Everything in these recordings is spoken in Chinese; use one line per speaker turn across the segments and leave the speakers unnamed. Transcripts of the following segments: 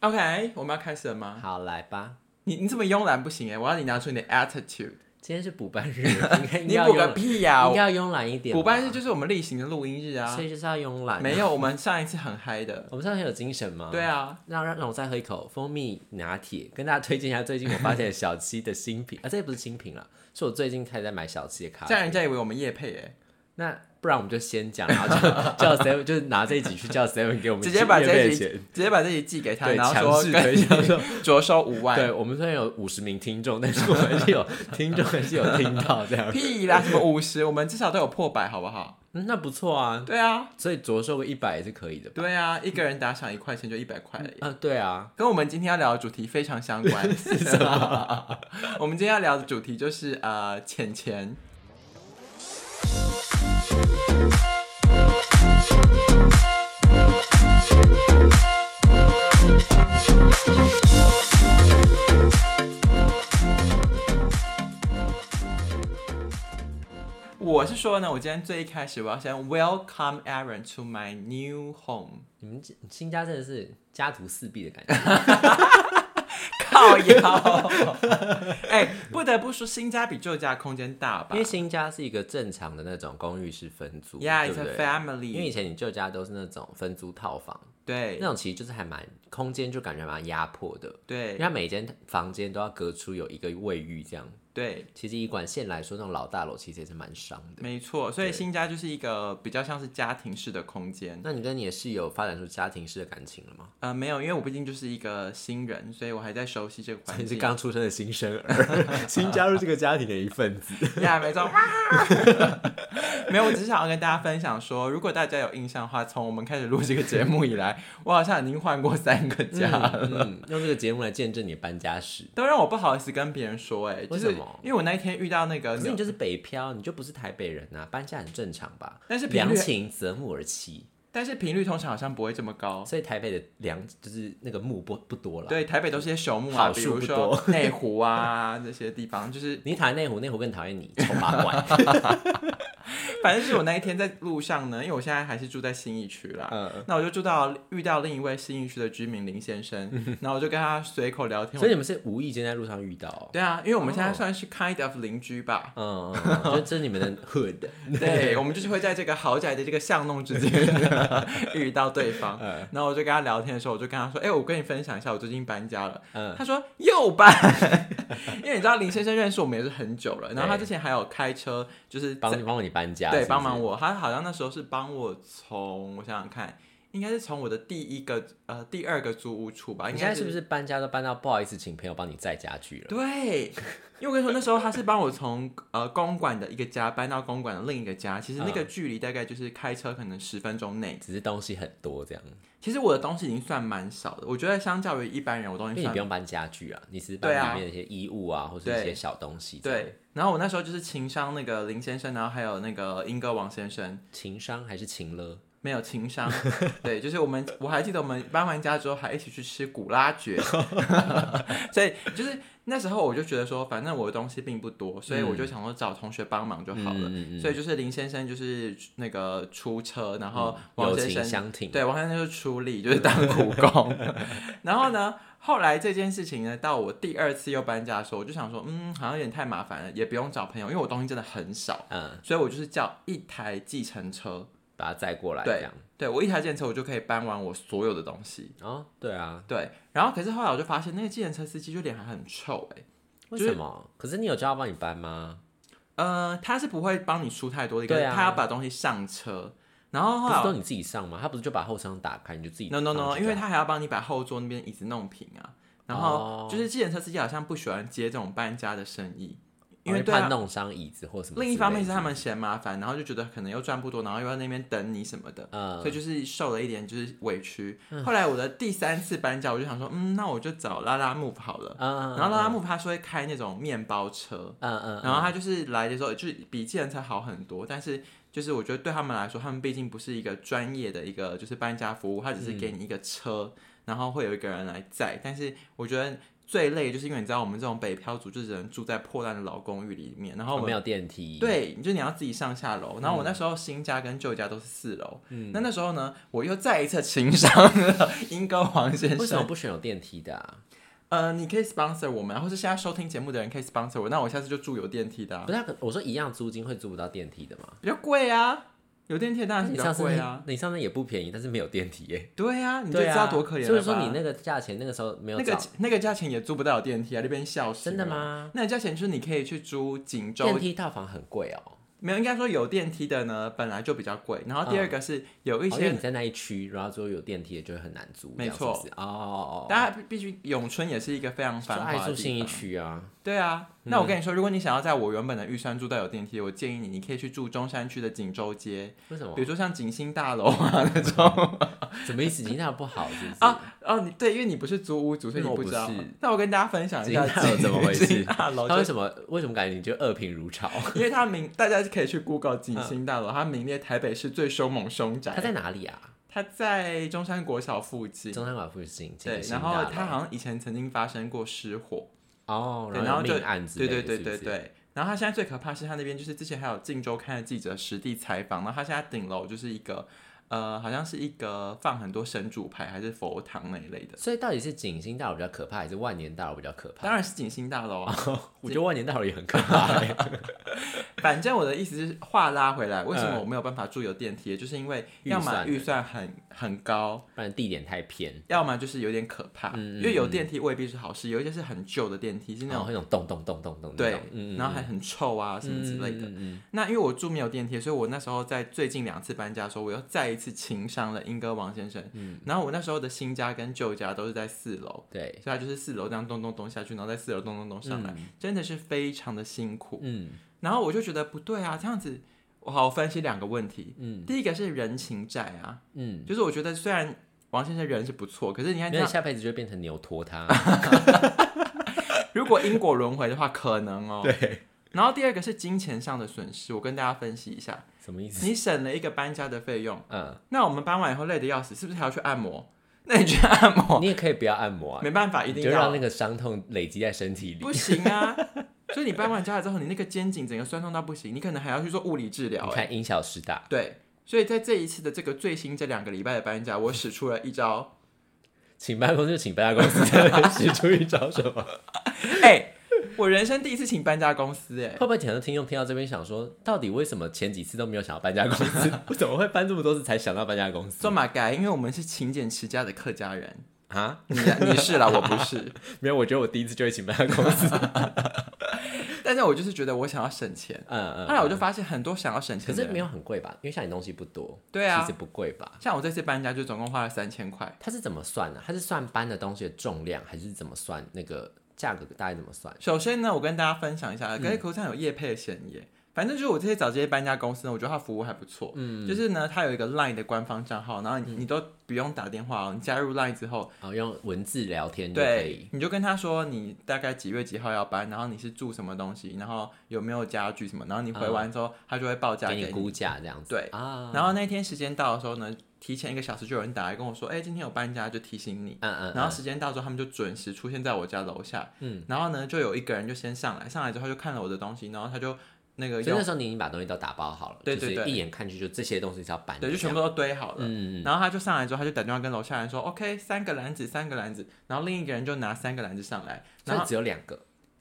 OK，我们要开始了吗？
好，来吧。
你你这么慵懒不行哎，我要你拿出你的 attitude。
今天是补 班日，应该
你
要
补个
慵
屁
懒
呀、
应该要慵懒一点吧。
补班日就是我们例行的录音日啊
所。以就是要慵懒。
没有，我们上一次很嗨的。
我们上次有精神吗？
对啊，
让让让我再喝一口蜂蜜拿铁，跟大家推荐一下最近我发现小七的新品啊，这也不是新品啦，是我最近开始在买小七的咖
这样
啡。
人家以为我们夜配哎，
那不然我们就先讲，然 后就叫 Seven，就是拿这一集去叫 Seven 给我们
直接把
去
这
夜
一
配
集
钱
直接把这一集寄给他，
对
然后
强
说
势
跟
推销说，
着收五万。
对我们虽然有五十名听众，但是我们是有听众还是有听 到这样，
屁啦，什么五十，我们至少都有破百，好不好？
嗯那不错啊，
对啊，
所以着收个一百也是可以的吧？
对啊，一个人打赏一块钱就一百块而已，
啊，对啊，
跟我们今天要聊的主题非常相关。
什么？
我们今天要聊的主题就是呃，钱钱。我是说呢，我今天最一开始我要先 welcome Aaron to my new home。
你们这新家真的是家徒四壁的感觉，
靠腰， 哎、不得不说，新家比旧家空间大吧
因为新家是一个正常的那种公寓式分租
？Yeah,
对
it's
不
a
对？因为以
family。
前你旧家都是那种分租套房，
对
那种其实就是还蛮空间就感觉蛮压迫的，因为
对
它每间房间都要隔出有一个卫浴这样。
对，
其实以管线来说，那种老大楼其实也是蛮伤的。
没错。所以
对
新家就是一个比较像是家庭式的空间。
那你跟你的室友发展出家庭式的感情了 吗？
呃，没有，因为我毕竟就是一个新人，所以我还在熟悉这个环
你是
境。
刚出生的新生儿， 新加入这个家庭的一份子。
呀，没错。哇 没有，我只是想要跟大家分享说，如果大家有印象的话，从我们开始录这个节目以来，我好像已经换过三个家了。
嗯，用这个节目来见证你的搬家史。
都让我不好意思跟别人说、哎，就是
为什么
因为我那一天遇到那个
可是你就是北漂，你就不是台北人啊，搬家很正常吧？
但是频
良
率，
禽择木而栖，
但是频率通常好像不会这么高。
所以台北的良就是那个木不不多了。，
对，台北都是些朽木啊，
好
比
树
如
不
说 内湖啊这些地方，就是
你讨厌内湖，内湖更讨厌你，丑八 怪。
反正是我那一天在路上呢，因为我现在还是住在新义区啦，
嗯，
那我就住到遇到另一位新义区的居民林先生， 然后我就跟他随口聊天
所。以你们是无意间在路上遇到哦、
对啊，因为我们现在算是 kind of 邻居吧。
嗯，嗯，嗯就这是你们的 hood，
对，我们就是会在这个豪宅的这个巷弄 之间遇到对方。
嗯
然后我就跟他聊天的时候，我就跟他说：“哎、我跟你分享一下，我最近搬家了。
嗯
他说：“又搬？” 因为你知道林先生认识我们也是很久了，然后他之前还有开车，就是在
帮帮你搬家，
对
是不是
帮忙。我，他好像那时候是帮我从我想想看，应该是从我的第一个呃第二个租屋处吧，应
你现在
该
是不
是。
是搬家都搬到不好意思，请朋友帮你载家具了？
对，因为我跟你说，那时候他是帮我从呃公馆的一个家搬到公馆的另一个家，其实那
嗯
个距离大概就是开车可能十分钟内。
只是东西很多这样，
其实我的东西已经算蛮少的，我觉得相较于一般人，我东
因
西
为你
算
不用搬家具啊，你只是
对啊
搬里面的一些衣物啊，或是一些小东西。，
对。然后我那时候就是情商那个林先生，然后还有那个英歌王先生，
情商还是情了？
没有情商。对，就是我们我还记得我们搬完家之后还一起去吃古拉 卷， 所以就是那时候我就觉得说，反正我的东西并不多，所以我就想说找同学帮忙就好了。
嗯嗯嗯
所以就是林先生就是那个出车，然后王
嗯友
先
情
生
相挺。
对，王先生就是出力，就是当苦工。 然后呢，后来这件事情呢，到我第二次又搬家的时候，我就想说，嗯，好像有点太麻烦了，也不用找朋友，因为我东西真的很少，
嗯，
所以我就是叫一台计程车。
把它载过来
对
这样。
对我一台计程车，我就可以搬完我所有的东西。
哦，对啊，
对，然后可是后来我就发现，那个计程车司机就脸还很臭、欸，哎，
为
就是
什么？可是你有叫他帮你搬吗？
呃，他是不会帮你出太多力，可是
对啊
他要把东西上车，然后后
不
来
是
我
都你自己上吗？他不是就把后箱打开，你就自己
no no no，
上去
因为
就好
他还要帮你把后座那边椅子弄平啊。然后
哦
就是，计程车司机好像不喜欢接这种搬家的生意，因为
哦
对
怕
啊。
弄伤椅子或什么之类的。
另一方面是他们嫌麻烦，然后就觉得可能又赚不多，然后又在那边等你什么的，
呃
所以就是受了一点就是委屈。
嗯
后来我的第三次搬家，我就想说，嗯，那我就找拉拉木好了。
嗯，
然后拉拉木他是会开那种面包车，
嗯嗯，
然后他就是来的时候就是比计程车好很多，但是就是我觉
嗯
得对他们来说，他们毕竟不是一个专业的一个就是搬家服务，他只是给你一个车，然后会有一个人来载。但是我觉得最累，就是因为你知道我们这种北漂族就只能住在破烂的老公寓里面，然后我
哦
们
没有电梯，，
对，就你要自己上下楼。然后
嗯
我那时候新家跟旧家都是四楼，那那时候呢，我又再一次情商了英歌王先
为什么
生。
不选有电梯的、啊？
呃，你可以 sponsor 我们啊，或是现在收听节目的人可以 sponsor 我，那我下次就住有电梯的、啊
不，是啊，我说一样租金会租不到电梯的嘛？
比较贵啊，有电梯的当然是
你
比
上
较
次
贵啊。
那，你上次也不便宜，但是没有电梯耶，
对啊，你就
对
知
啊
道多可怜
所
了
以说你
吧？
那个价钱那个时候没有
那个
找，
那个价钱也租不到有电梯啊，那边笑死。
真的？吗？
那个价钱就是你可以去租锦州
电梯套房很贵哦，
没有，应该说有电梯的呢，本来就比较贵。然后第二个是有一
哦因
些
为你在那一区，然后之后有电梯的就会很难租，
没
这样是
错
不是哦哦哦，
大家必须，永春也是一个非常
就
繁华
爱
的
住信
地
义
方。
区啊，
对啊，那我跟你说，如果你想要在我原本的预算住到有电梯，我建议你，你可以去住中山区的锦州街，
为什么
比？如说像景星大楼啊那种。
什么意思？景泰不好是不是？
啊哦，你对，因为你不是租屋族，所以
嗯
你
我
不
不
知道
是。
那我跟大家分享一
景
下
泰楼怎么回事
景星大楼
他
就
为
是，
什么为什么感觉你就恶评 如潮？
因为它名，大家可以去 Google 景星大楼，它名列台北市最凶猛凶宅。
嗯他在哪里啊？
它在中山国小附近。
中山馆附近，
对，
景
然
星大
后
楼
它好像以前曾经发生过失火，
哦，
对
然
然后就
有命案之
对
类的，
对对
是不
对
是，
对。然后他现在最可怕是他那边就是之前还有《镜周刊》的记者实地采访，然后他现在顶楼就是一个呃，好像是一个放很多神主牌还是佛堂那一类的，
所以到底是景星大楼比较可怕，还是万年大楼比较可怕？
当然是景星大楼啊。
我觉得万年大楼也很可怕、 欸。
反正我的意思是，话拉回来，为什么我没有办法住有电梯？就是因为
嗯预
要么
算
预算很很高，
不然地点太偏，
要么就是有点可怕，
嗯嗯
因为有电梯未必是好事，有一些是很旧的电梯，是那
然
种。
后会那种咚咚咚咚咚，
对
咚，嗯，
然后还很臭啊什么之类的，
的，嗯
那因为我住没有电梯，所以我那时候在最近两次搬家的时候，我又再一次情伤了英哥王先生。
嗯
然后我那时候的新家跟旧家都是在四楼，
对，
所以他就是四楼这样咚咚咚下去，然后在四楼咚咚咚上来，真的是非常的辛苦。
嗯
然后我就觉得不对啊，这样子，我好我分析两个问题。
嗯
第一个是人情债啊，
嗯，
就是我觉得虽然王先生人是不错，可是你看这
那你
样，
下辈子就会变成牛 拖他，
如果因果轮回的话，可能哦。对。然后第二个是金钱上的损失，我跟大家分析一下，
什么意思？
你省了一个搬家的费用。
嗯，
那我们搬完以后累得要死，是不是还要去按摩？那你去按摩，
你也可以不要按摩啊，
没办法，一
你
定
就让
要
那个伤痛累积在身体里。
不行啊。所以你搬完家了之后，你那个肩颈整个酸痛到不行，你可能还要去做物理治疗、
你
欸。
看因小失大，
对，所以在这一次的这个最新这两个礼拜的搬家，我使出了一 招，
请办公室就请搬家公司在那边使出一 招什么？
哎、我人生第一次请搬家公司、
会
哎，
不会很多听众听到这边想说，到底为什么前几次都没有想到搬家公司， 为什么会搬这么多次才想到搬家公 司
做马改，因为我们是勤俭持家的客家人，
啊？
你你是啦，我不是，
没有，我觉得我第一次就会请搬家公 司。
但是我就是觉得我想要省钱。
嗯嗯，
后来我就发现很多想要省
可
钱的
是
人，
没有很贵吧？因为像你东西不多，
对啊
其实不贵吧？
像我这次搬家就总共花了三千块。
它是怎么算啊呢、它是算搬的东西的重量，还是怎么算那个价格？大概怎么算？
首先呢，我跟大家分享一下，
嗯
跟口上有业配的嫌疑。反正就是我这些找这些搬家公司呢，我觉得它服务还不错。嗯，就是呢，它有一个 LINE 的官方账号，然后
嗯
你,、你都不用打电话哦，你加入 LINE 之后，
哦，用文字聊天就可以。
对，你就跟他说你大概几月几号要搬，然后你是住什么东西，然后有没有家具什么，然后你回完之后，他就会报价
嗯给
给
你
你。
估价这样子，
对
啊，
然后那天时间到的时候呢，提前一个小时就有人打来跟我说，哎、今天有搬家，就提醒你。
嗯嗯，
然后时间到之后，他们就准时出现在我家楼下。嗯，然后呢，就有一个人就先上来，上来之后就看了我的东西，然后他就那个
所以
用
那，时候你已经把东西都打包好了，
对对
就是
对
一眼看去就这些东西是要搬的，
对，就全部都堆好了。
嗯，嗯嗯，
然后他就上来之后，他就打电话跟楼下人说：“OK，三个篮子，三个篮子。”然后另一个人就拿三个篮子上来，然
所
后
以只有两个，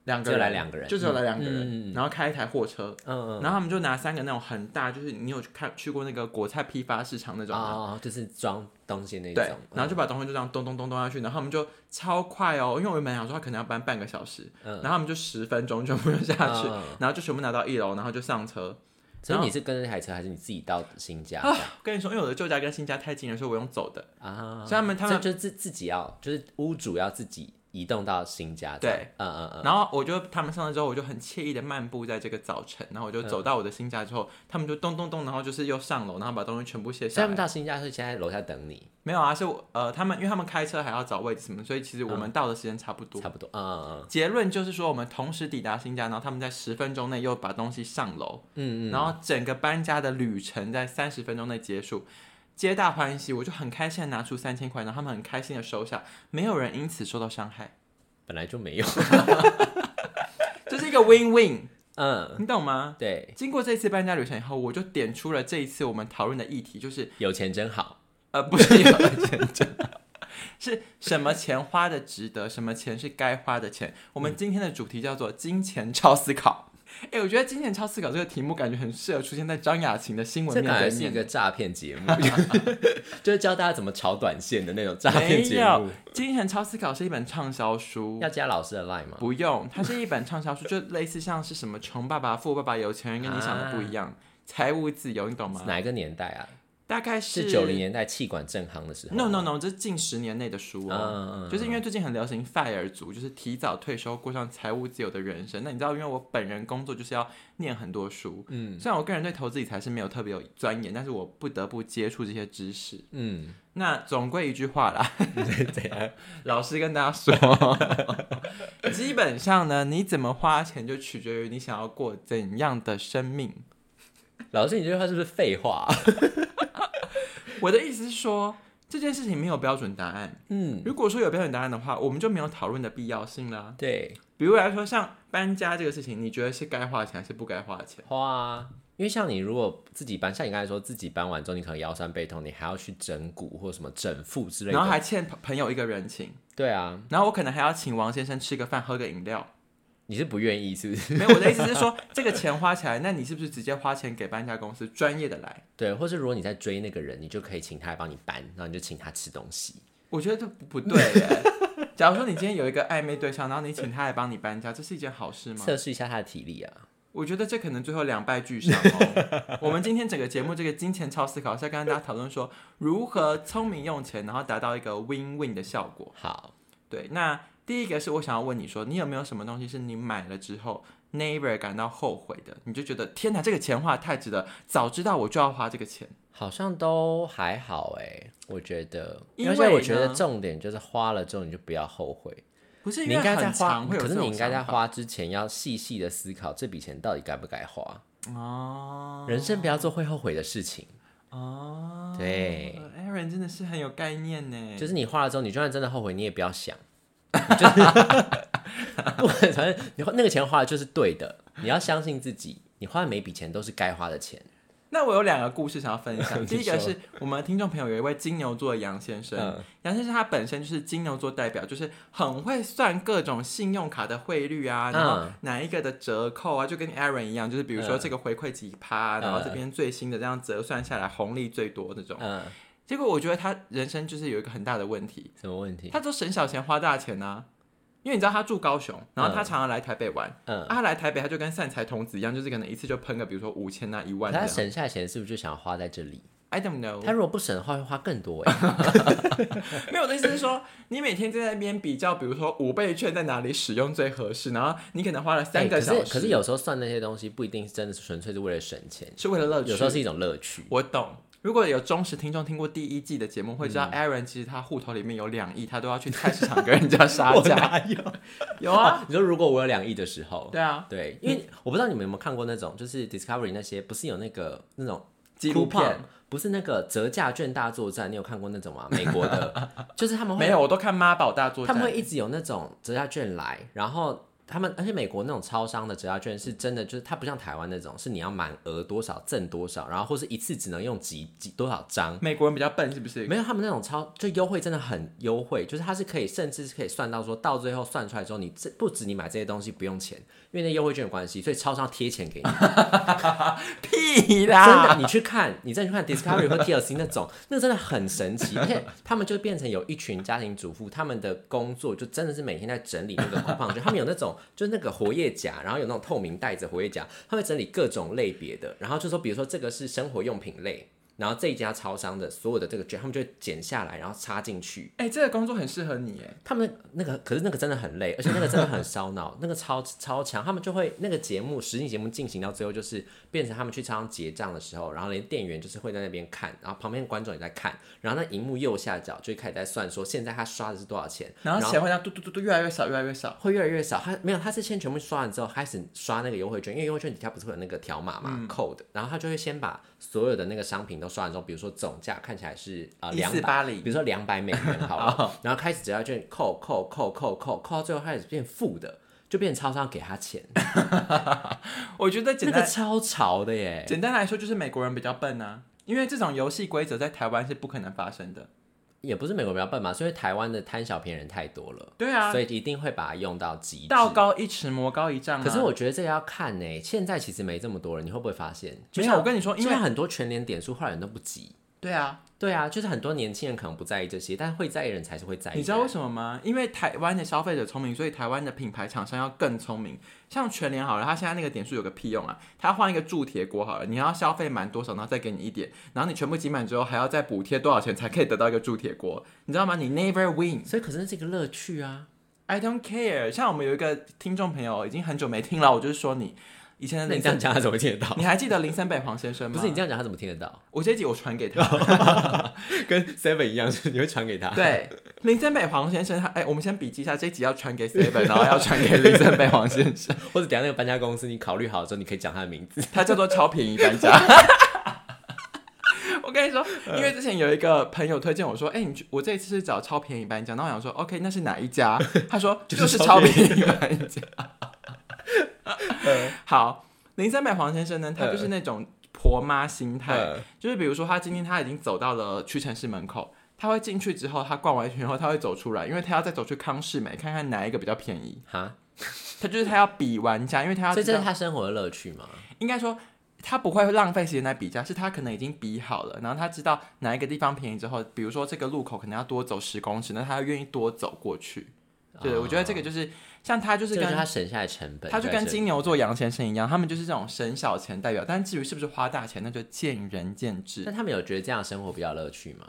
两个
只有
人
来两个人
就只有来两个
嗯嗯
人，然后开一台货车，
嗯嗯，
然后他们就拿三个那种很大，就是你有去看去过那个果菜批发市场那种吗？
哦，就是装东西那
对
种，，嗯
然后就把东西就这样咚咚咚咚下去，然后他们就超快哦，因为我原本想说他可能要搬半个小时，
嗯
然后他们就十分钟全部就下去，
嗯
然后就全部拿到一楼，然后就上车。
所以你是跟着那台车，还是你自己到新家
啊，我跟你说，因为我的旧家跟新家太近了，所以我用走的。
啊？
所以他们他
所以
们，
就是自自己要，就是屋主要自己移动到新家，
对
这样，嗯嗯嗯，
然后我就他们上车之后，我就很惬意的漫步在这个早晨，然后我就走到我的新家之后，他们就咚咚咚，然后就是又上楼，然后把东西全部卸
所以
下
他们
来。
到新家是先在楼下等你，
没有啊，是我呃，他们因为他们开车还要找位置什么，所以其实我们到的时间差不多。
差不多，嗯嗯
结论就是说，我们同时抵达新家，然后他们在十分钟内又把东西上楼，
嗯嗯嗯，
然后整个搬家的旅程在三十分钟内结束。皆大欢喜，我就很开心的拿出三千块，然后他们很开心的收下，没有人因此受到伤 害，
本来就没有。
这是一个 win win，
嗯，
你懂吗？
对，
经过这次搬家旅程以后，我就点出了这一次我们讨论的议题，就是
有钱真好。
呃，不是 有钱真好 是什么钱花的值得，什么钱是该花的钱。我
嗯
们今天的主题叫做金钱超思考。 哎、我觉得金钱超思考这个题目感觉很适合出现在张雅琴的新闻
这
面
感觉
对
是一
面。
个诈骗节目， 就是教大家怎么炒短线的那种诈骗节
没
目
有。金钱超思考是一本畅销书，
要加老师的 line 吗？
不用，它是一本畅销书，就类似像是什么穷爸爸、富爸爸、有钱人，跟你想的不一样，财务自由，你懂吗？
啊哪一个年代啊？
大概
是九零年代气管正行的时候。啊
No No No，这是近十年内的书哦。
嗯，嗯
就是因为最近很流行 FIRE 族，就是提早退休，过上财务自由的人生。那你知道，因为我本人工作就是要念很多书，嗯，虽然我个人对投资理财是没有特别有钻研，但是我不得不接触这些知识。
嗯，
那总归一句话啦，
怎样？
老师跟大家说， 基本上呢，你怎么花钱就取决于你想要过怎样的生命。
老师，你这句话是不是废话？啊
我的意思是说，这件事情没有标准答案。
嗯，
如果说有标准答案的话，我们就没有讨论的必要性啦。
对，
比如来说，像搬家这个事情，你觉得是该花钱还是不该花钱？
花啊。因为像你如果自己搬，像你刚才说自己搬完之后，你可能腰酸背痛，你还要去整骨或什么整腹之类
然后
的。
还欠朋朋友一个人情，
对啊，
然后我可能还要请王先生吃个饭、喝个饮料。
你是不愿意是不 是？
没有，我的意思是说，这个钱花起来，那你是不是直接花钱给搬家公司专业的来？
对，或是如果你在追那个人，你就可以请他来帮你搬，然后你就请他吃东西。
我觉得这不不对耶。假如说你今天有一个暧昧对象，然后你请他来帮你搬家，这是一件好事吗？
测试一下他的体力啊。
我觉得这可能最后两败俱伤 哦。我们今天整个节目这个金钱超思考是要跟大家讨论说如何聪明用钱，然后达到一个 win win 的效果。
好，
对，那第一个是我想要问你说，你有没有什么东西是你买了之后 neighbor 感到后悔的？你就觉得天哪，这个钱花得太值得，早知道我就要花这个钱。
好像都还好哎、我觉得，
因
而且我
为
觉得
呢
重点就是花了之后你就不要后悔，
不是，因
你
为
应该在
很
花，
常会有
可
这
是
种
你应该在
想法
花之前要细细的思考这笔钱到底该不该花。
哦
人生不要做会后悔的事情，
哦，
对
，Aaron 真的是很有概念呢。
就是你花了之后，你就算真的后悔，你也不要想，就是不管反正你花那个钱花的就是对的，你要相信自己，你花的每笔钱都是该花的钱。
那我有两个故事想要分享。
你
第一个
说
是我们听众朋友有一位金牛座的杨先生，
嗯
杨先生他本身就是金牛座代表，就是很会算各种信用卡的汇率啊，然后
嗯
哪一个的折扣啊，就跟 Aaron 一样，就是比如说
嗯
这个回馈几趴啊、然后
嗯
这边最新的这样折算下来红利最多那种。
嗯，
结果我觉得他人生就是有一个很大的问题，
什么问题？
他都省小钱花大钱啊。因为你知道他住高雄，然后他常常来台北玩。
嗯
啊，，他来台北他就跟散财童子一样，就是可能一次就喷个，比如说五千啊、一万这
他
样。
省下钱是不是就想要花在这里？
I don't know。
他如果不省的话，会花更多哎、
没有我的意思是说，你每天在那边比较，比如说五倍券在哪里使用最合适，然后你可能花了三个
哎
小时，
可是可是有时候算那些东西不一定是真的是纯粹是为了省钱，
是为了乐趣。
有时候是一种乐趣。
我懂。如果有忠实听众听过第一季的节目，会
嗯
知道 Aaron 其实他户头里面有两亿，他都要去菜市场跟人家 杀价。
有？
有啊，
你说如果我有两亿的时候，
对啊，
对，因为我不知道你们有没有看过那种，就是 Discovery 那些，不是有那个那种
纪录片
coupon，不是那个折价券大作战，你有看过那种吗？美国 的，就是他们
没
会，
有，我都看妈宝大作
他
战。
们会一直有那种折价券来，然后他们，而且美国那种超商的折价券是真的，就是它不像台湾那种，是你要满额多少赠多少，然后或是一次只能用几几多少张。
美国人比较笨，是不是？
没有，他们那种超就优惠真的很优惠，就是它是可以甚至是可以算到说到最后算出来之后，你这不止你买这些东西不用钱，因为那优惠券有关系，所以超商贴钱给你。
屁
真的，
啦！
你去看，你再去看 Discovery 或 TLC 那种，那真的很神奇。而且他们就变成有一群家庭主妇，他们的工作就真的是每天在整理那个 coupon 券。他们有那种就是那个活页夹，然后有那种透明袋子活页夹，他会整理各种类别的，然后就说，比如说这个是生活用品类。然后这一家超商的所有的这个券，他们就会剪下来，然后插进去，
哎、这个工作很适合你哎。
他们那个可是那个真的很累，而且那个真的很烧脑， 那个超超强。他们就会那个节目实境节目进行到最后，就是变成他们去超商结账的时候，然后连店员就是会在那边看，然后旁边观众也在看，然后那荧幕右下角就会开始在算说现在他刷的是多少钱，
然后钱会这样嘟嘟嘟嘟越来越少，越来越少。
会越来越少。他没有，他是先全部刷完之后开嗯始刷那个优惠券，因为优惠券底下不是会有那个条码嘛、扣的，然后他就会先把所有的那个商品都刷完之后，比如说总价看起来是呃
一
两
四
百
八零
比如说两百美元 好了，然后开始只要券扣扣扣扣扣扣到最后开始变负的，就变超商给他钱，
我觉得简
那
单、
个超潮的耶！
简单来说就是美国人比较笨啊，因为这种游戏规则在台湾是不可能发生的。
也不是美国比较笨嘛，是因为台湾的贪小便宜人太多了，
对啊
所，以一定会把它用到极致。
道高一尺，魔高一丈啊。
可是我觉得这个要看呢、现在其实没这么多人，你会不会发现？就
没
像
有，我跟你说，因
因
为
为很多全年点数后来人都不急。
对啊，
对啊，就是很多年轻人可能不在意这些，但会在意的人才是会在意的。
你知道为什么吗？因为台湾的消费者聪明，所以台湾的品牌厂商要更聪明。像全联好了，它现在那个点数有个屁用啊！它换一个铸铁锅好了，你要消费满多少，然后再给你一点，然后你全部集满之后还要再补贴多少钱才可以得到一个铸铁锅，你知道吗？你 never win。
所以可是这个乐趣啊，
I don't care。像我们有一个听众朋友已经很久没听了，我就是说你以前的
那你
林
这样
森，
讲他怎么听得到？
你还记得林森北黄先生吗？
不是你这样哦讲他怎么听得到？
我这一集我传给他。
跟 Seven 一样，是你会传给他。
对，林森北黄先生，他哎、我们先笔记一下，这一集要传 给 Seven，然后要传给林森北黄先生。
或者等一下那个搬家公司，你考虑好之后，你可以讲他的名字。
它叫做超便宜搬家。 我跟你说，
嗯
因为之前有一个朋友推荐我说，哎、你去我这一次是找超便宜搬家，然后我想说，OK，那是哪一 家？他说
就是
就是
超
超便宜搬家。 呃 好，林森北黄先生呢，他就是那种婆妈心态，
嗯
就是比如说他今天他已经走到了屈臣氏门口。他会进去之后，他逛完一圈后，他会走出来，因为他要再走去康士美看看哪一个比较便宜。
哈，
他就是他要比玩家，因为他要
所以
知
这
道
是他生活的乐趣吗？
应该说他不会浪费时间在比价，是他可能已经比好了，然后他知道哪一个地方便宜之后，比如说这个路口可能要多走十公尺，那他愿意多走过去。对，
哦
我觉得这个就是像他就是
这个
跟
就是他省下来的成本，啊
他就
在
跟
这
金牛座杨先生一样，他们就是这种省小钱代表，但至于是不是花大钱，那就见仁见智。
但他们有觉得这样的生活比较有乐趣吗？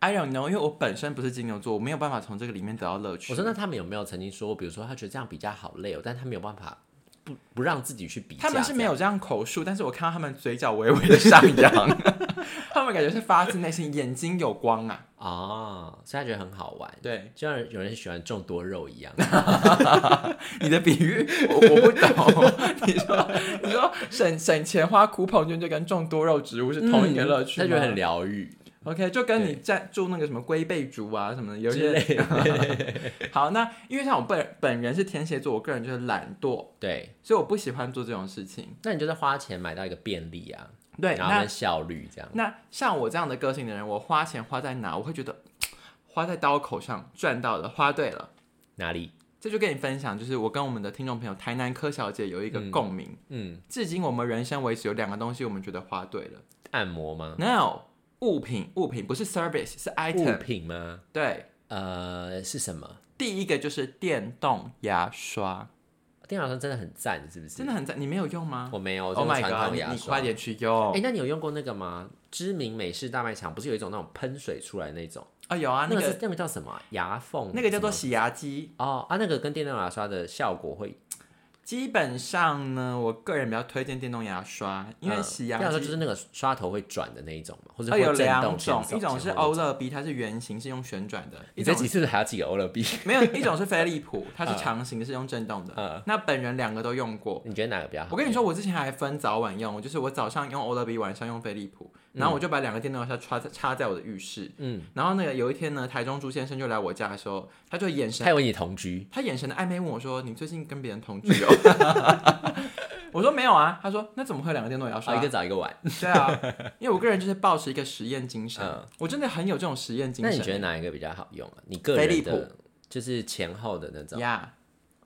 I don't know，因为我本身不是金牛座，我没有办法从这个里面得到乐趣。
我说，那他们有没有曾经说过，比如说他觉得这样比较好累哦，但他没有办法不不让自己去比较，
他们是没有这样口述，但是我看到他们嘴角微微的上扬， 他们感觉是发自内心，眼睛有光啊。
啊、哦，所以他觉得很好玩。
对，
就像有人喜欢种多肉一样，
你的比喻我我不懂。你说你说省省钱花苦捧券就跟种多肉植物是 同一个乐趣
嗯他
吗、
觉得很疗愈
OK，就跟你在住那个什么龟背竹啊什么的有
之
些
类的。
好。那因为像我本本人是天蝎座，我个人就是懒惰，
对，
所以我不喜欢做这种事情。
那你就是花钱买到一个便利啊，
对，
然后
那
跟效率这样。
那像我这样的个性的人，我花钱花在哪？我会觉得花在刀口上，赚到了，花对了。
哪里？
这就跟你分享，就是我跟我们的听众朋友台南柯小姐有一个
嗯
共鸣。
嗯，
至今我们人生为止有两个东西，我们觉得花对了。
按摩吗？
No，物品物品不是 service 是
物
item。
品吗？
对，
呃，是什么？
第一个就是电动牙刷，
电脑上真的很赞，是不是？
真的很赞。你没有用吗
我没哦有，我就
？Oh
用
my
传
god！
统
你
牙
你
刷。
快点去用
哎、那你有用过那个吗？知名美式大卖场不是有一种那种喷水出来那种？
啊！有啊，
那
那
个是
个
那个叫什么啊？牙缝？
那个叫做
什
洗牙机。
么哦啊，那个跟电动牙刷的效果会，
基本上呢，我个人比较推荐电动牙刷，因为
嗯
洗
电
牙
动牙刷
机
就是那个刷头会转的那一种嘛，或者
它
会
哦有
震
两
动
种，
前
一种
走
是
前后
欧乐 B，它是圆形，是用旋转的；一
你这
种
集是不是还要寄给欧乐 B？
没 有，一种是飞利浦，它是
嗯
长形，是用震动的。
嗯，
那本人两个都用过，
你觉得哪个比较好？
我跟你，说，我之前还分早晚用，就是我早上用欧乐 B，晚上用飞利浦，然后我就把两个电动牙刷插在插在我的浴室。
嗯，
然后那个有一天呢，台中朱先生就来我家的时候，他就眼神
他以为你同居，
他眼神的暧昧问我说：“你最近跟别人同居哦？” 我说：“没有啊。”他说：“那怎么会有两个电动牙刷？”
哦，一个早一个晚。
对啊，因为我个人就是抱持一个实验精神，
嗯
我真的很有这种实验精
那
神。欸
你觉得哪一个比较好用啊？你个
飞利
人
浦
的，就是前后的那种，
呀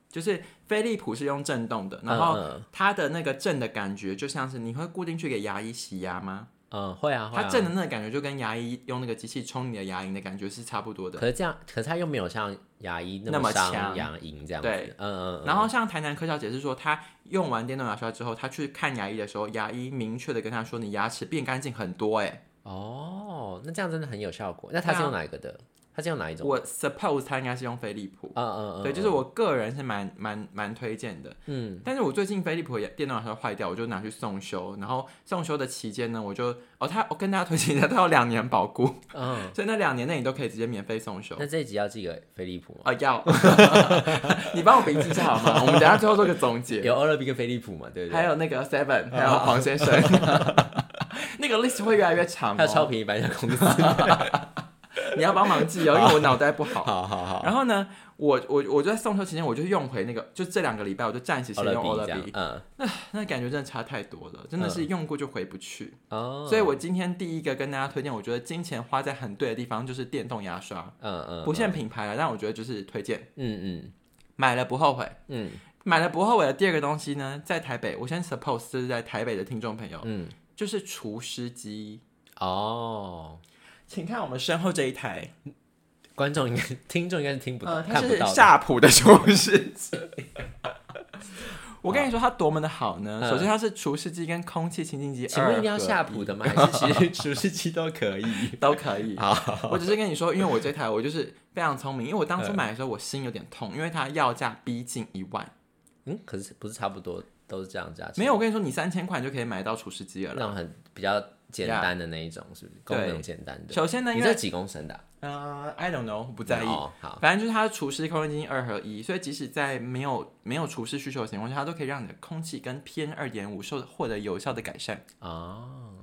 就是飞利浦是用震动的，然
嗯
后
嗯
它的那个震的感觉就像是你会固定去给牙医洗牙吗？
嗯，会啊，会
它
啊。
震的那个感觉就跟牙医用那个机器冲你的牙龈的感觉是差不多的。
可是这样，可是他又没有像牙医
那么
么伤
强
牙龈这样子。
对
嗯嗯嗯。
然后像台南柯小姐是说，她用完电动牙刷之后，她去看牙医的时候，牙医明确的跟她说，你牙齿变干净很多、欸。
哦，那这样真的很有效果。那他是
对啊
用哪一个的？他是用哪一种？
我 suppose 她应该是用飞利浦。
嗯嗯嗯，
对，就是
嗯
我个人是蛮蛮蛮推荐的，
嗯，
但是我最近飞利浦的电动牙刷坏掉，我就拿去送修，然后送修的期间呢，我就哦，它我跟大家推荐一下，它有两年保固，
嗯。
所以那两年内你都可以直接免费送修。
那这一集要寄给飞利浦吗？
啊、要， 你帮我笔记一下好吗？我们等一下最后做个总结。
有欧乐 B 跟飞利浦嘛，对不对？
还有那个 Seven，还有黄先生。 那个 list 会越来越长、哦。
还有超便宜搬家公司，
你要帮忙记哦，因为我脑袋不 好。
好好好，
然后呢，我我我就在送车期间，我就用回那个，就这两个礼拜，我就暂时
好
先
了
用欧
比
乐
这样
比，，
嗯，
那感觉真的差太多了，真的是用过就回不去。
哦，
所以我今天第一个跟大家推荐，我觉得金钱花在很对的地方，就是电动牙刷，
嗯嗯，
不限品牌了，但我觉得就是推荐，
嗯
买了不后悔。
嗯嗯
买了不后悔的第二个东西呢，在台北，我先 suppose 这是在台北的听众朋友，
嗯，
就是除湿机，
哦，
请看我们身后这一台，
观众应该听众应该是听不到
呃，它
看不
是
到的，
夏普的除湿 机。我跟你说它多么的好呢！
嗯
首先它是除湿机跟空气清净机，
请问一定要夏普的吗？
呃
还是其实除湿机都可以？
都可以。
好， 嗯
我只是跟你说，因为我这台我就是非常聪明，因为我当初买的时候我心有点痛，因为它要价逼近一万。
嗯，可是不是差不多都啊是这样价钱？
没有，我跟你说，你三千块就可以买到除湿机了
那
啦。
种很比较简单的那一种，是不是？功能
对
简单的。
首先呢，
你
因
这
为
几公升的啊？
呃，I don't know，不在意。
哦，好，
反正就是它的除湿空气清净二合一，所以即使在没有没有除湿需求的情况下，它都可以让你的空气跟 PM 二点五受获得有效的改善。
哦，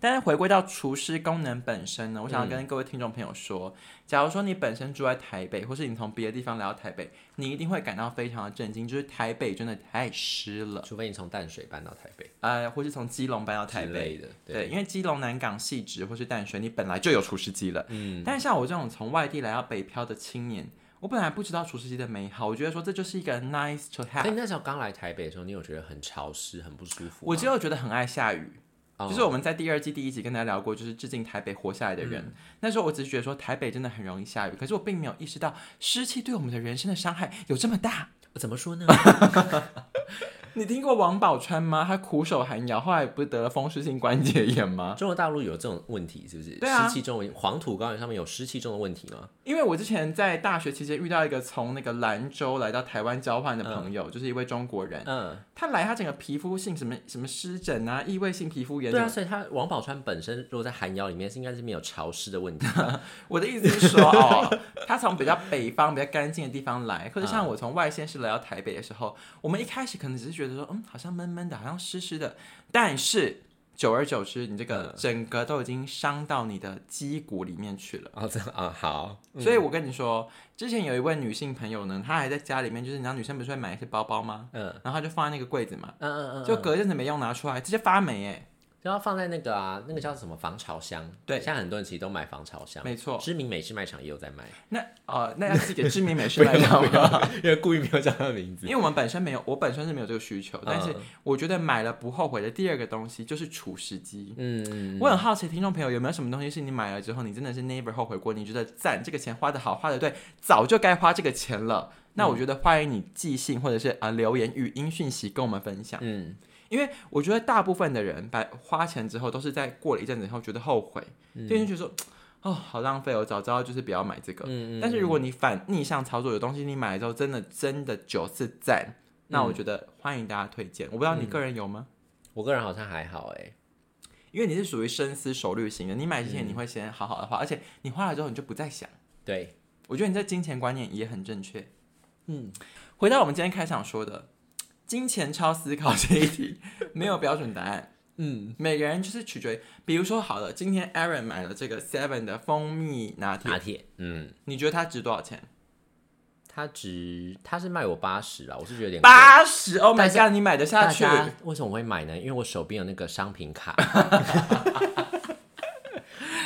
但是回归到除湿功能本身呢，我想要跟各位听众朋友说，假如说你本身住在台北，或是你从别的地方来到台北，你一定会感到非常的震惊，就是台北真的太湿了，
哦除非你从淡水搬到台北
呃，或是从基隆搬到台
之
北。
类的，
对，因为基隆、南港、汐止或是淡水，你本来就有除湿机了。
嗯，
但像我这种从外地来到北漂的青年，我本来不知道除湿机的美好，我觉得说这就是一个 nice to
所以
have。
你那时候刚来台北的时候，你有觉得很潮湿、很不舒服吗？
我只有觉得很爱下雨，
哦
就是我们在第二季第一集跟大家聊过，就是致敬台北活下来的人。那时候我只是觉得说台北真的很容易下雨，可是我并没有意识到湿气对我们的人生的伤害有这么大。
呃怎么说呢？
你听过王宝钏吗？他苦守寒窑，后来不得了风湿性关节炎吗？
中国大陆有这种问题是不是？
啊对啊
湿气重，黄土高原上面有湿气重的问题吗？
因为我之前在大学期间遇到一个从那个兰州来到台湾交换的朋友，就是一位中国人，
嗯，
他来他整个皮肤性什么什么湿疹啊、异位性皮肤炎
对啊，所以它王宝钏本身如果在寒窑里面，是应该是没有潮湿的问题。
我的意思是说，哦，他从比较北方、比较干净的地方来，或者像我从外县市来到台北的时候，我们一开始可能只是觉得说，嗯，好像闷闷的，好像湿湿的，但是久而久之，你这个整个都已经伤到你的肌骨里面去了。
哦，这啊、好，
所以我跟你说，之前有一位女性朋友呢，她还在家里面，就是你知道女生不是会买一些包包吗？
嗯
然后她就放在那个柜子嘛，
嗯嗯嗯，
就隔一阵子没用拿出来，直接发霉哎、
就要放在那个啊，那个叫什么防潮箱？
对
现在很多人其实都买防潮箱，
没错，
知名美式卖场也有在卖，
那呃，那要寄给知名美术来讲吗？
因为故意没有叫他的名
因。为我们本身没有，我本身是没有这个需求，但是我觉得买了不后悔的第二个东西就是除湿机。
嗯，
我很好奇，听众朋友有没有什么东西是你买了之后，你真的是 never 后悔过？你觉得赞，这个钱花的好，花的对，早就该花这个钱了。那我觉得欢迎你寄信或者是啊、呃留言语音讯息跟我们分享，
嗯，
因为我觉得大部分的人把花钱之后都是在过了一阵子以后觉得后悔，对，就觉得说哦好浪费哦，早知道就是不要买这个。
嗯嗯
但是如果你反逆向操作，有东西你买了之后真的真的九次赞，那
嗯
我觉得欢迎大家推荐。我不知道你个人有吗？
我个人好像还好哎、
因为你是属于深思熟虑型的，你买之
嗯
前你会先好好的花，而且你花了之后你就不再想。
对，
我觉得你在金钱观念也很正确。
嗯，
回到我们今天开场说的，金钱超思考这一题没有标准答案。
嗯，
每个人就是取决于，比如说好了，今天 Aaron 买了这个 Seven 的蜂蜜拿铁，
拿铁，嗯，
你觉得它值多少钱？
它值它是卖我八十啦，我是觉得有点贵。
八十！Oh my
但是
god，你买得下
大
去？
家为什么我会买呢？因为我手边有那个商品卡。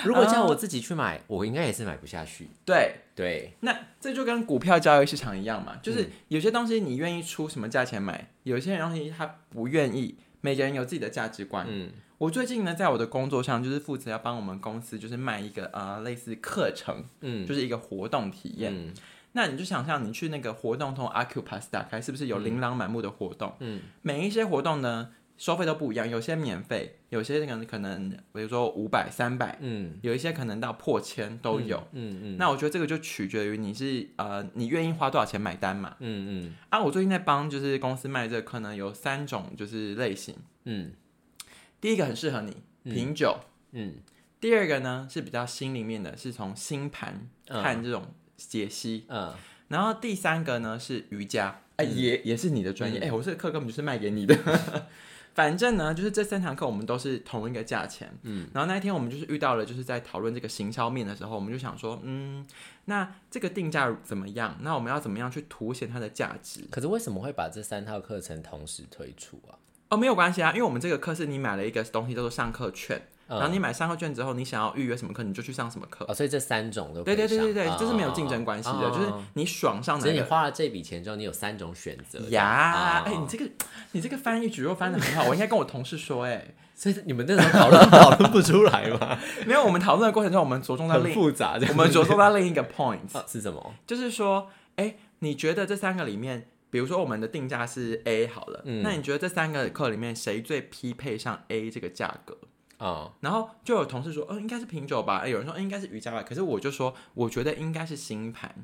如果叫我自己去买，我应该也是买不下去。
对，
对，
那这就跟股票交易市场一样嘛，
嗯
就是有些东西你愿意出什么价钱买，有些东西他不愿意。每个人有自己的价值观。
嗯，
我最近呢，在我的工作上，就是负责要帮我们公司，就是卖一个呃类似课程，
嗯，
就是一个活动体验。
嗯
那你就想象你去那个活动通 Acupass 打开，是不是有琳琅满目的活动？嗯，每一些活动呢，收费都不一样，有些免费，有些可能可能比如说五百、三百，
嗯，
有一些可能到破千都有。
嗯嗯
那我觉得这个就取决于你是呃，你愿意花多少钱买单嘛。
嗯
啊，我最近在帮就是公司卖这个课呢，有三种就是类型。
嗯
第一个很适合你，品酒；
嗯
第二个呢是比较心里面的，是从星盘
嗯
看这种解析；
嗯，
然后第嗯三个呢是瑜伽，哎、也也是你的专业，哎、我这个课根本就是卖给你的。 反正呢，就是这三堂课我们都是同一个价钱，嗯，然后那一天我们就是遇到了，就是在讨论这个行销面的时候，我们就想说，嗯，那这个定价怎么样？那我们要怎么样去凸显它的价值？
可是为什么会把这三套课程同时推出啊？
哦，没有关系啊，因为我们这个课是你买了一个东西叫做上课券，
嗯
然后你买上课券之后，你想要预约什么课，你就去上什么课。
哦，所以这三种都可
对
以
对对
上
对对，这是没有竞争关系的，就是
哦
你爽上哪
只是你
个
花了这笔钱之后，你有三种选 择这样
呀，
哦
哎、你这个你这个翻译举若翻的很好，我应该跟我同事说、
所以你们那时候讨 论讨论不出来吗？
哎，没有，我们讨论的过程中，我们着重到
很
另，
复杂，这
我
样
们着重到另一个 point，
啊是什么？
就是说，哎、你觉得这三个里面，比如说我们的定价是 A 好了，
嗯
那你觉得这三个课里面谁最匹配上 A 这个价格？
哦，
然后就有同事说，嗯、应该是品酒吧，哎，有人说、嗯应该是瑜伽吧，可是我就说，我觉得应该是星盘。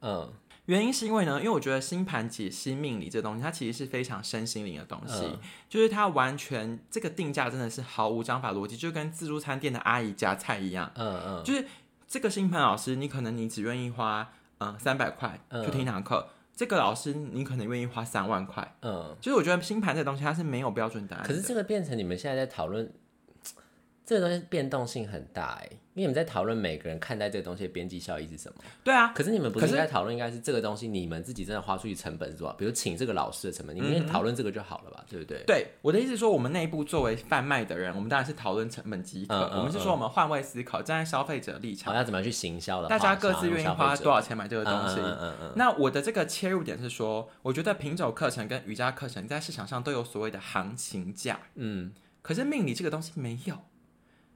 嗯，
原因是因为呢，因为我觉得星盘解析命理这东西，它其实是非常身心灵的东西，
嗯
就是它完全这个定价真的是毫无章法逻辑，就跟自助餐店的阿姨夹菜一样。
嗯嗯，
就是这个星盘老师，你可能你只愿意花嗯三百块
嗯
去听一堂课，这个老师你可能愿意花三万块。
嗯。
就是我觉得星盘这东西它是没有标准答案的。
可是这个变成你们现在在讨论，这个东西变动性很大哎，因为你们在讨论每个人看待这个东西的边际效益是什么。
对啊，
可是你们不
可
是
是
应该讨论应该是这个东西你们自己真的花出去成本是多少？比如请这个老师的成本，你们应该讨论这个就好了吧，对不对？
嗯对我的意思是说，我们内部作为贩卖的人，我们当然是讨论成本即可，
嗯嗯
我们是说我们换位思考，站在消费者立
好，
场，
要怎么样去行销的
大
话？
家各自愿意花多少
少
钱买这个东西。
嗯嗯嗯
那我的这个切入点是说，我觉得品酒课程跟瑜伽课程在市场上都有所谓的行情价，
嗯，
可是命理这个东西没有，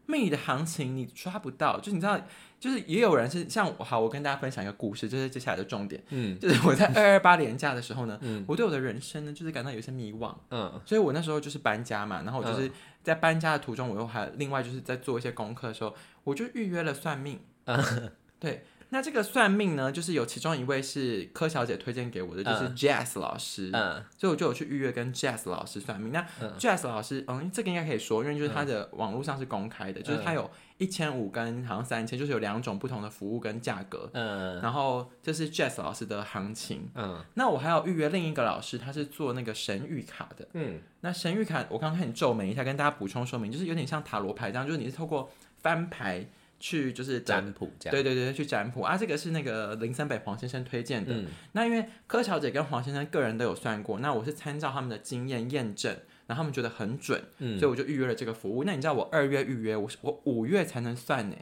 命理的行情你抓不到，就你知道，就是也有人是像我，好，我跟大家分享一个故事，这是接下来的重点，
嗯
就是我在二二八年假的时候呢，我对我的人生呢就是感到有些迷惘。
嗯
所以我那时候就是搬家嘛，然后我就是在搬家的途中，我又还另外就是在做一些功课的时候，我就预约了算 命。
嗯
对，那这个算命呢，就是有其中一位是柯小姐推荐给我的，就是呃 Jazz 老师，
嗯
所以我就有去预约跟 Jazz 老师算命。那
嗯
Jazz 老师，嗯，这个应该可以说，因为就是他的网络上是公开的，就是他
嗯
有一千五跟好像三千，就是有两种不同的服务跟价格。
嗯
然后这是 Jazz 老师的行情，
嗯
那我还有预约另一个老师，他是做那个神谕卡的。
嗯
那神谕卡，我刚刚看你皱眉一下，跟大家补充说明，就是有点像塔罗牌这样，就是你是透过翻牌去就是占，
占卜这样。
对对对，去占卜啊。这个是那个林森北黄先生推荐的。
嗯
那因为柯小姐跟黄先生个人都有算过，那我是参照他们的经验验证，然后他们觉得很准，
嗯
所以我就预约了这个服务。那你知道我二月预约，我是我五月才能算呢，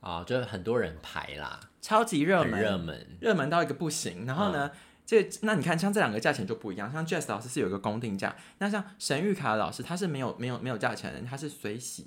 啊，就是很多人排啦，
超级热
很
门，
热门。
热门到一个不行。然后
嗯
呢，这那你看，像这两个价钱就不一样。像 Jazz 老师是有一个公定价，那像神谕卡的老师他是没有没有没有价钱的，他是随喜。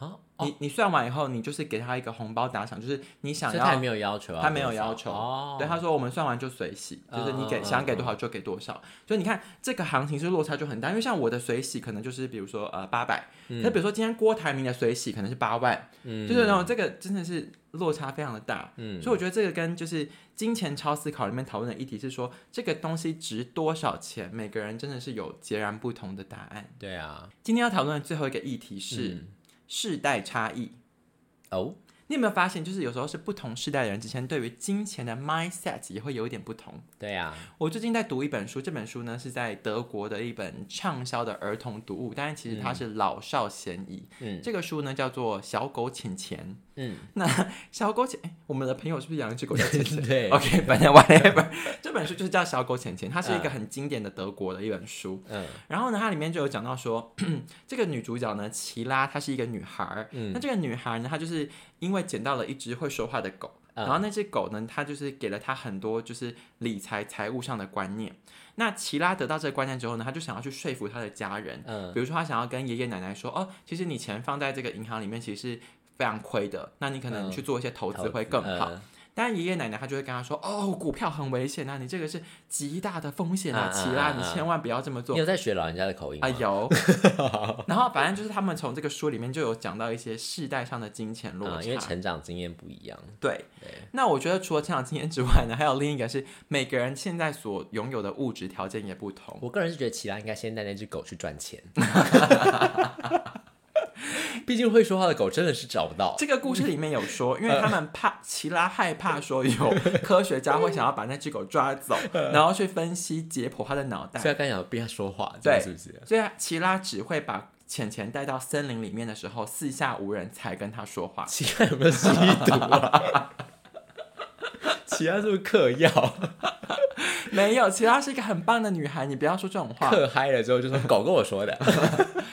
好，
你你算完以后，你就是给他一个红包打赏，就是你想
所以他也
要。
没有要求啊，
他没有要求
哦，
对，他说我们算完就随喜，就是你给
嗯嗯
想给多少就给多少。所以你看这个行情是落差就很大，因为像我的随喜可能就是比如说呃八百，那比如说今天郭台铭的随喜可能是八万，
嗯
就是那种这个真的是落差非常的大。
嗯
所以我觉得这个跟就是金钱超思考里面讨论的议题是说，这个东西值多少钱，每个人真的是有截然不同的答案。
对啊，
今天要讨论的最后一个议题是、
嗯
世代差异。
哦，
你有没有发现，就是有时候是不同世代的人之间对于金钱的 mindset 也会有一点不同。
对啊，
我最近在读一本书，这本书呢是在德国的一本畅销的儿童读物，但是其实它是老少咸宜。
嗯
这个书呢叫做《小狗钱钱》。
嗯，
小狗钱，哎 我哦们的朋友是不是养一只狗叫钱钱？
对
OK，反正 whatever，这 本书就是叫《小狗钱钱》，它是一个很经典的德国的一本书。
嗯
然后呢，它里面就有讲到说， 这个女主角呢，齐拉，她是一个女孩儿。那
嗯
这个女孩呢，她就是因为捡到了一只会说话的狗，
嗯
然后那只狗呢，它就是给了她很多就是理财财务上的观念。那齐拉得到这个观念之后呢，她就想要去说服她的家人，
嗯
比如说他想要跟爷爷奶奶说，哦，其实你钱放在这个银行里面其实是非常亏的，那你可能
嗯
去做一些投资会更好。，但爷爷奶奶他就会跟他说，哦，股票很危险啊，你这个是极大的风险啊，
嗯嗯
奇拉，
嗯
你
嗯
千万不要这么
你
做。
有在学老人家的口音
啊
吗？
有，然后反正就是他们从这个书里面就有讲到一些世代上的金钱落
啊，
差，
因为成长经验不一样，
对
对。
那我觉得除了成长经验之外呢，还有另一个是每个人现在所拥有的物质条件也不同。
我个人是觉得奇拉应该先带那只狗去赚钱， 毕竟会说话的狗真的是找不到。
这个故事里面有说，因为他们怕奇拉害怕说有科学家会想要把那只狗抓 走，
嗯
然后去分析解剖它的脑袋
所以，他刚才讲逼他说话，这样
对
是不是？
所以奇拉只会把浅浅带到森林里面的时候，四下无人才跟他说话。
奇他有没有吸毒啊？ 奇他是不是嗑 药？
没有，奇拉是一个很棒的女孩，你不要说这种话。
嗑嗨了之后就说狗跟我说的。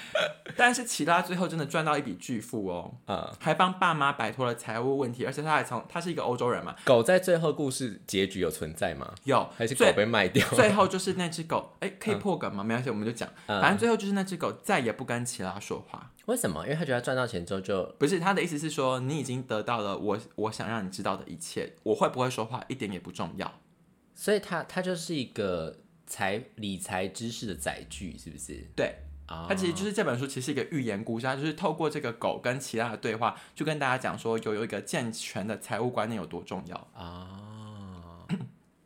但是奇拉最后真的赚到一笔巨富哦，
嗯，
还帮爸妈摆脱了财务问题，而且他还从他是一个欧洲人嘛，
狗在最后故事结局有存在吗？
有
还是狗
最
被卖掉？
最后就是那只狗，哎，可以破梗吗？没关系，我们就讲，
嗯
反正最后就是那只狗再也不跟奇拉说话。
为什么？因为他觉得他赚到钱之后就
不是他的意思是说，你已经得到了我我想让你知道的一切，我会不会说话一点也不重要。
所以他他就是一个财理财知识的载具，是不是？
对，
啊、
它其实就是这本书其实是一个寓言故事，它就是透过这个狗跟其他的对话，就跟大家讲说有有一个健全的财务观念有多重要。
啊，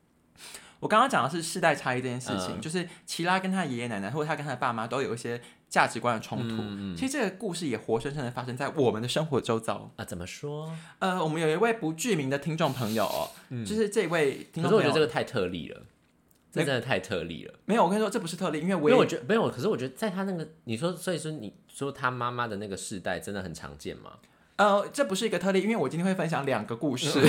我刚刚讲的是世代差异这件事情，
嗯
就是奇拉跟他爷爷奶奶或者他跟他的爸妈都有一些价值观的冲突。
嗯
其实这个故事也活生生的发生在我们的生活周遭。
啊，怎么说？
呃，我们有一位不具名的听众朋友、哦，就是这位听
嗯
众
可是
朋
我觉
友，
得这个太特例了，这真的太特例了。
没有，我跟你说这不是特例，因为
因
我
为
也
我觉得没有，可是我觉得在他那个你说，所以说你说他妈妈的那个世代真的很常见吗？
呃这不是一个特例，因为我今天会分享两个故事。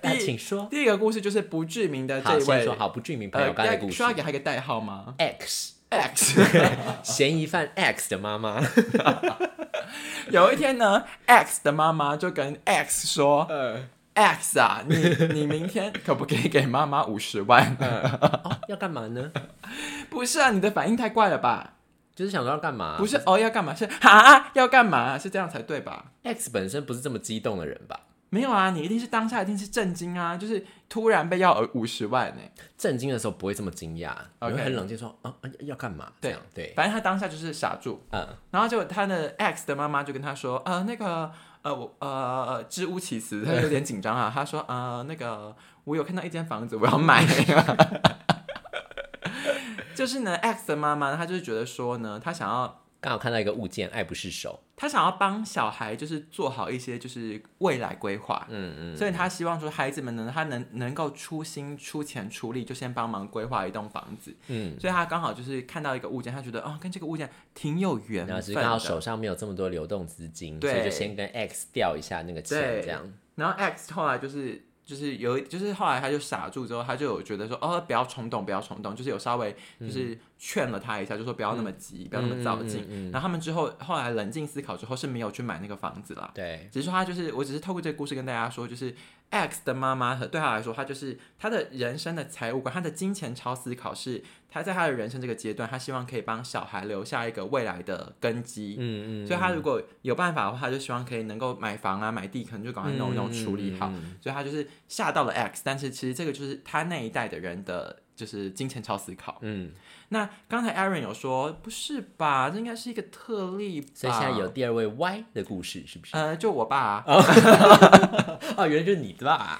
第
啊，
一
嗯请说。
第一个故事就是不具名的
好，
哎这
先
位
说。好不具名朋
呃
友刚才的故
需
事
要给他一个代号吗
X
？X。
嫌疑犯 X 的妈妈，
有一天呢，X 的妈妈就跟 X 说
呃，
：“X 啊，你你明天可不可以给妈妈五十万？
哦，要干嘛呢？
不是啊，你的反应太怪了吧？
就是想说要干嘛？
不是哦，要干嘛？是哈要干嘛？是这样才对吧？
X 本身不是这么激动的人吧？
没有啊，你一定是当下一定是震惊啊，就是突然被要五十万呢、
震惊的时候不会这么惊讶，你
OK
会很冷静说，啊，啊要干嘛？
对
这样对，
反正他当下就是傻住，
嗯，
然后结果他的 X 的妈妈就跟他说，呃，那个，呃，我呃支吾其 词，他有点紧张啊。他说，呃，那个，我有看到一间房子，我要 买。就是呢，X 的妈妈，她就是觉得说呢，她想要，
刚好看到一个物件，爱不释手，
她想要帮小孩就是做好一些就是未来规划，
嗯嗯，
所以她希望说孩子们呢，他能能够出心出钱出力，就先帮忙规划一栋房子。
嗯，
所以她刚好就是看到一个物件，她觉得哦，跟这个物件挺有缘
然后只
分
是刚好
的。
手上没有这么多流动资金，所
对
以就先跟 X 调一下那个钱，
对
这样
然后 X 后来就是就是有一就是后来他就傻住之后，他就有觉得说哦不要冲动，不要冲动，就是有稍微就是劝了他一下，就说不要那么急，不要那么躁进。
嗯嗯嗯嗯嗯
然后他们之后后来冷静思考之后是没有去买那个房子啦，
对，
只是说他就是我只是透过这个故事跟大家说，就是 X 的妈妈和对他来说，他就是他的人生的财务观，他的金钱超思考是他在他的人生这个阶段，他希望可以帮小孩留下一个未来的根基。
嗯嗯，
所以他如果有办法的话，他就希望可以能够买房啊、买地，可能就赶快弄一弄
嗯
处理好。
嗯嗯
所以他就是吓到了 X，但是其实这个就是他那一代的人的就是金钱超思考。
嗯，
那刚才 Aaron 有说，不是吧？这应该是一个特例吧？
所以现在有第二位 Y 的故事，是不是？
呃，就我爸、啊。
哦，原来就是你的吧？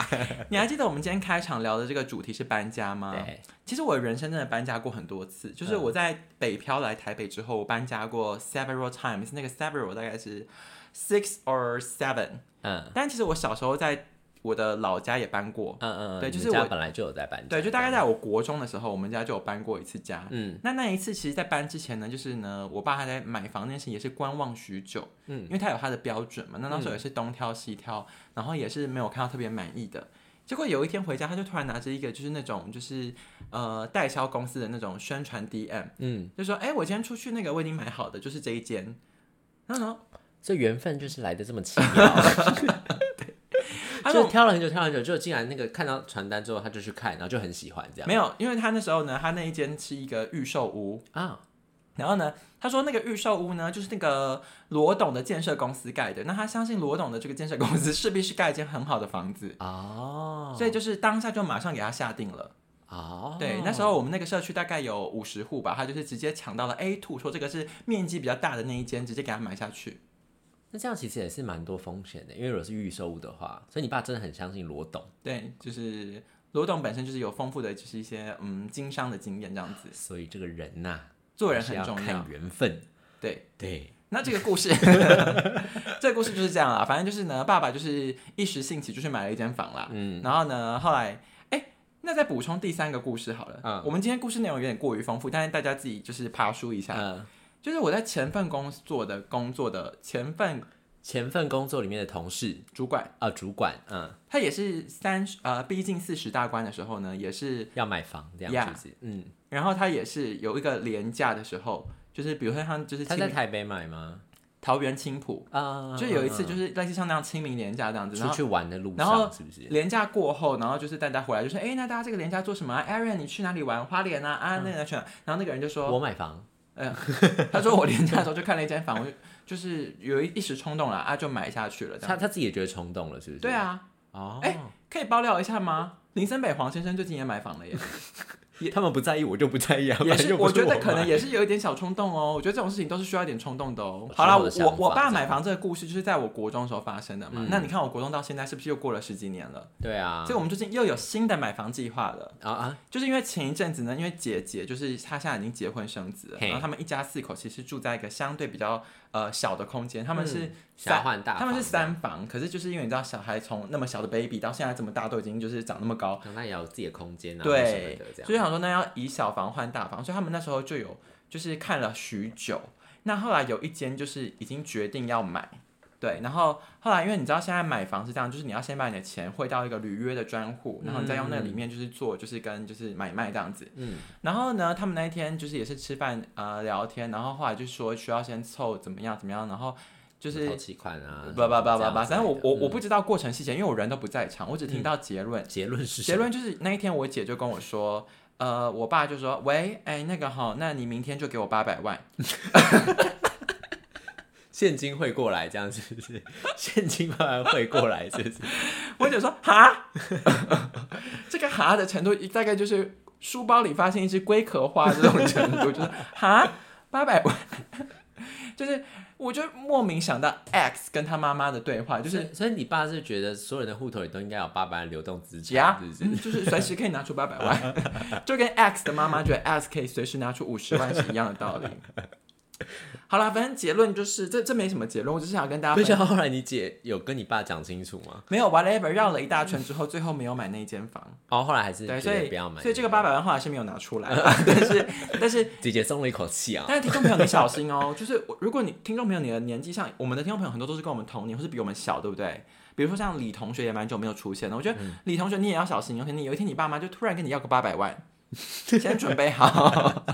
你还记得我们今天开场聊的这个主题是搬家吗？
对，嗯
其实我人生真的搬家过很多次，就是我在北漂来台北之后，我搬家过 several times。那个 several 大概是 six or seven。
嗯
但其实我小时候在我的老家也搬过
嗯，嗯，
对
你
就是
们家
我
本来就有在搬，
对，就大概在我国中的时候，我们家就有搬过一次家。
嗯
那那一次，其实，在搬之前呢，就是呢，我爸他在买房那件事情也是观望许久，
嗯
因为他有他的标准嘛。那那时候也是东挑西挑，然后也是没有看到特别满意的。结果有一天回家，他就突然拿着一个就是那种就是呃代销公司的那种宣传 DM，
嗯，
就说：“哎、我今天出去那个我已经买好的，就是这一间。”然后呢，
所以缘分就是来的这么奇妙。
他
就
说
是挑了很久，挑了很久，就竟然那个看到传单之后，他就去看，然后就很喜欢这样
没有，因为他那时候呢，他那一间是一个预售屋，
啊。
然后呢，他说那个预售屋呢，就是那个罗董的建设公司盖的。那他相信罗董的这个建设公司势必是盖一间很好的房子，
哦，
所以就是当下就马上给他下定了。
哦，
对，那时候我们那个社区大概有五十户吧，他就是直接抢到了 A two，说这个是面积比较大的那一间，直接给他买下去。
那这样其实也是蛮多风险的，因为如果是预售物的话，所以你爸真的很相信罗董，
对，就是罗董本身就是有丰富的，就是一些嗯经商的经验这样子，
所以这个人呐、
做人
还是
很
要
重要。
看缘分。
对，
对，
那这个故事， 这个故事就是这样啦。反正就是呢，爸爸就是一时兴起，就是买了一间房啦。嗯，然后呢，后来，哎、那再补充第三个故事好了。
嗯
我们今天故事内容有点过于丰富，但是大家自己就是爬书一下。
嗯，
就是我在前份工作的工作的前份
前份工作里面的同事
主管，
啊、主管，嗯，
他也是三十呃逼近四十大关的时候呢，也是，
要买房这样
Yeah
是不是嗯，
然后他也是有一个廉价的时候，就是比如说像就是
他
清
在
明
台北买吗？
桃园青浦，
啊，
就有一次就是类似像那样清明廉价这样子，然
出
后
去玩的路
然后
上是不是？
廉价过后，然后就是大家回来就说，哎，那大家这个廉价做什么啊？Aaron，你去哪里玩？花莲啊啊，那个去哪？然后那个人就说，
嗯
呃
我买房，
他说我廉价的时候就看了一间房，我就就是有一一时冲动了啊，就买下去了这样。
他他自己也觉得冲动了，是不是？
对，啊，
哦，
可以爆料一下吗？林森北黄先生最近也买房了 耶，
他们不在意，我就不在意啊，
也
反正
是
又不
我
是
觉得
买
可能也是有一点小冲动哦。我觉得这种事情都是需要一点冲动的哦。好啦，
我
我
是我的想法
我爸
这样
买房这个故事就是在我国中的时候发生的嘛。
嗯
那你看我国中到现在是不是又过了十几年了？
对啊
所以，我们最近又有新的买房计划了。
啊啊，
就是因为前一阵子呢，因为姐姐就是她现在已经结婚生子了，
嘿
然后他们一家四口其实住在一个相对比较呃小的空间，他们是
小
三、
换大，
他们是，三嗯房，可是就是因为你知道小孩从那么小的 baby 到现在这么大，都已经就是长那么高，
那也有自己的空间啊，什么
对
的这，样
所以想说那要以小房换大房，所以他们那时候就有就是看了许久，那后来有一间就是已经决定要买。对，然后后来因为你知道现在买房是这样，就是你要先把你的钱汇到一个履约的专户，然后你再用那里面就是做就是跟就是买卖这样子。
嗯，
然后呢，他们那一天就是也是吃饭呃聊天，然后后来就说需要先凑怎么样怎么样，然后就是
投期款啊，
叭叭叭叭叭，反正
这样之类的嗯
我我我不知道过程细节，因为我人都不在场，我只听到结论。
结论是什
结
么
论就是那一天我姐就跟我说。呃，我爸就说：“喂，哎，那个哈，那你明天就给我八百万。
现金汇过来，这样是不是？ 现金慢慢汇过来，是不是？”
我姐说：“哈， 这个哈的程度大概就是书包里发现一只龟壳花这种程度，就是哈八百万， 就是我就莫名想到 X 跟他妈妈的对话，就
就是是，所以你爸是觉得所有人的户头里都应该有八百万流动资
呀
产，是不，是？
嗯就是随时可以拿出八百万， 就跟 X 的妈妈觉得 X 可以随时拿出五十万是一样的道理。好啦，反正结论就是这这没什么结论，我只是想跟大家
不
分
是，
享。
后来你姐有跟你爸讲清楚吗？
没有 whatever 绕了一大圈之后，最后没有买那间房，
哦，后来还是
对，
觉
所
得
以
不要买，
所以这个八百万后来是没有拿出来， 但 是但是
姐姐松了一口气啊。
但是听众朋友你小心哦，就是我如果你听众朋友你的年纪像我们的听众朋友很多都是跟我们同年或是比我们小，对不对？比如说像李同学也蛮久没有出现了，我觉得
嗯
李同学你也要小心，有哦可能有一天你爸妈就突然跟你要个八百万，先准备好。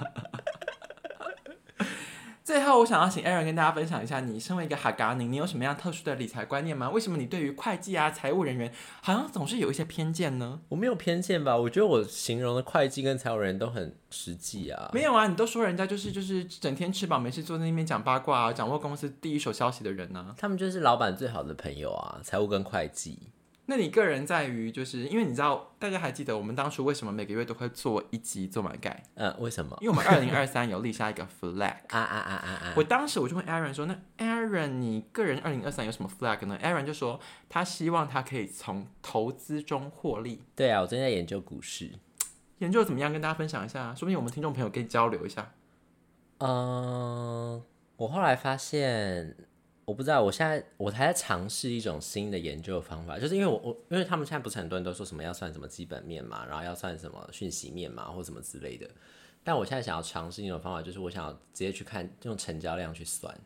最后，我想要请 Aaron 跟大家分享一下，你身为一个哈嘎宁，你有什么样特殊的理财观念吗？为什么你对于会计啊、财务人员好像总是有一些偏见呢？
我没有偏见吧？我觉得我形容的会计跟财务人都很实际啊。
没有啊，你都说人家就是就是整天吃饱没事坐在那边讲八卦啊，掌握公司第一手消息的人呢、
他们就是老板最好的朋友啊，财务跟会计。
那你个人在于，就是因为你知道，大家还记得我们当初为什么每个月都会做一集做买盖？
嗯，为什么？
因为我们二零二三有 立下一个 flag。
啊啊啊啊啊！
我当时我就问 Aaron 说：“那 Aaron，你个人二零二三有什么 flag 呢？”Aaron 就说他希望他可以从投资中获利。
对啊，我最近在研究股市。
研究怎么样跟大家分享一下，说不定我们听众朋友可以交流一下。
嗯，我后来发现，我不知道，我现在我还在尝试一种新的研究方法，就是因为我我因为他们现在不是很多人都说什么要算什么基本面嘛，然后要算什么讯息面嘛，或什么之类的。但我现在想要尝试一种方法，就是我想要直接去看用成交量去算，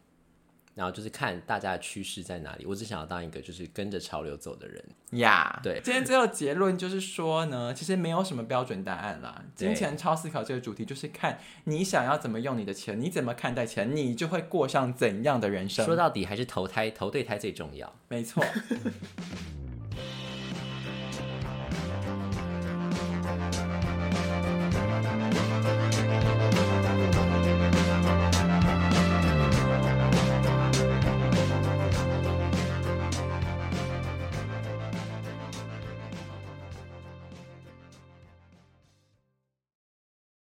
然后就是看大家的趋势在哪里。我只想要当一个就是跟着潮流走的人。
呀、
对
今天最后结论就是说呢，其实没有什么标准答案啦。
对
金钱超思考这个主题就是看你想要怎么用你的钱，你怎么看待钱，你就会过上怎样的人生
说。到底还是投胎投对胎最重要。
没错。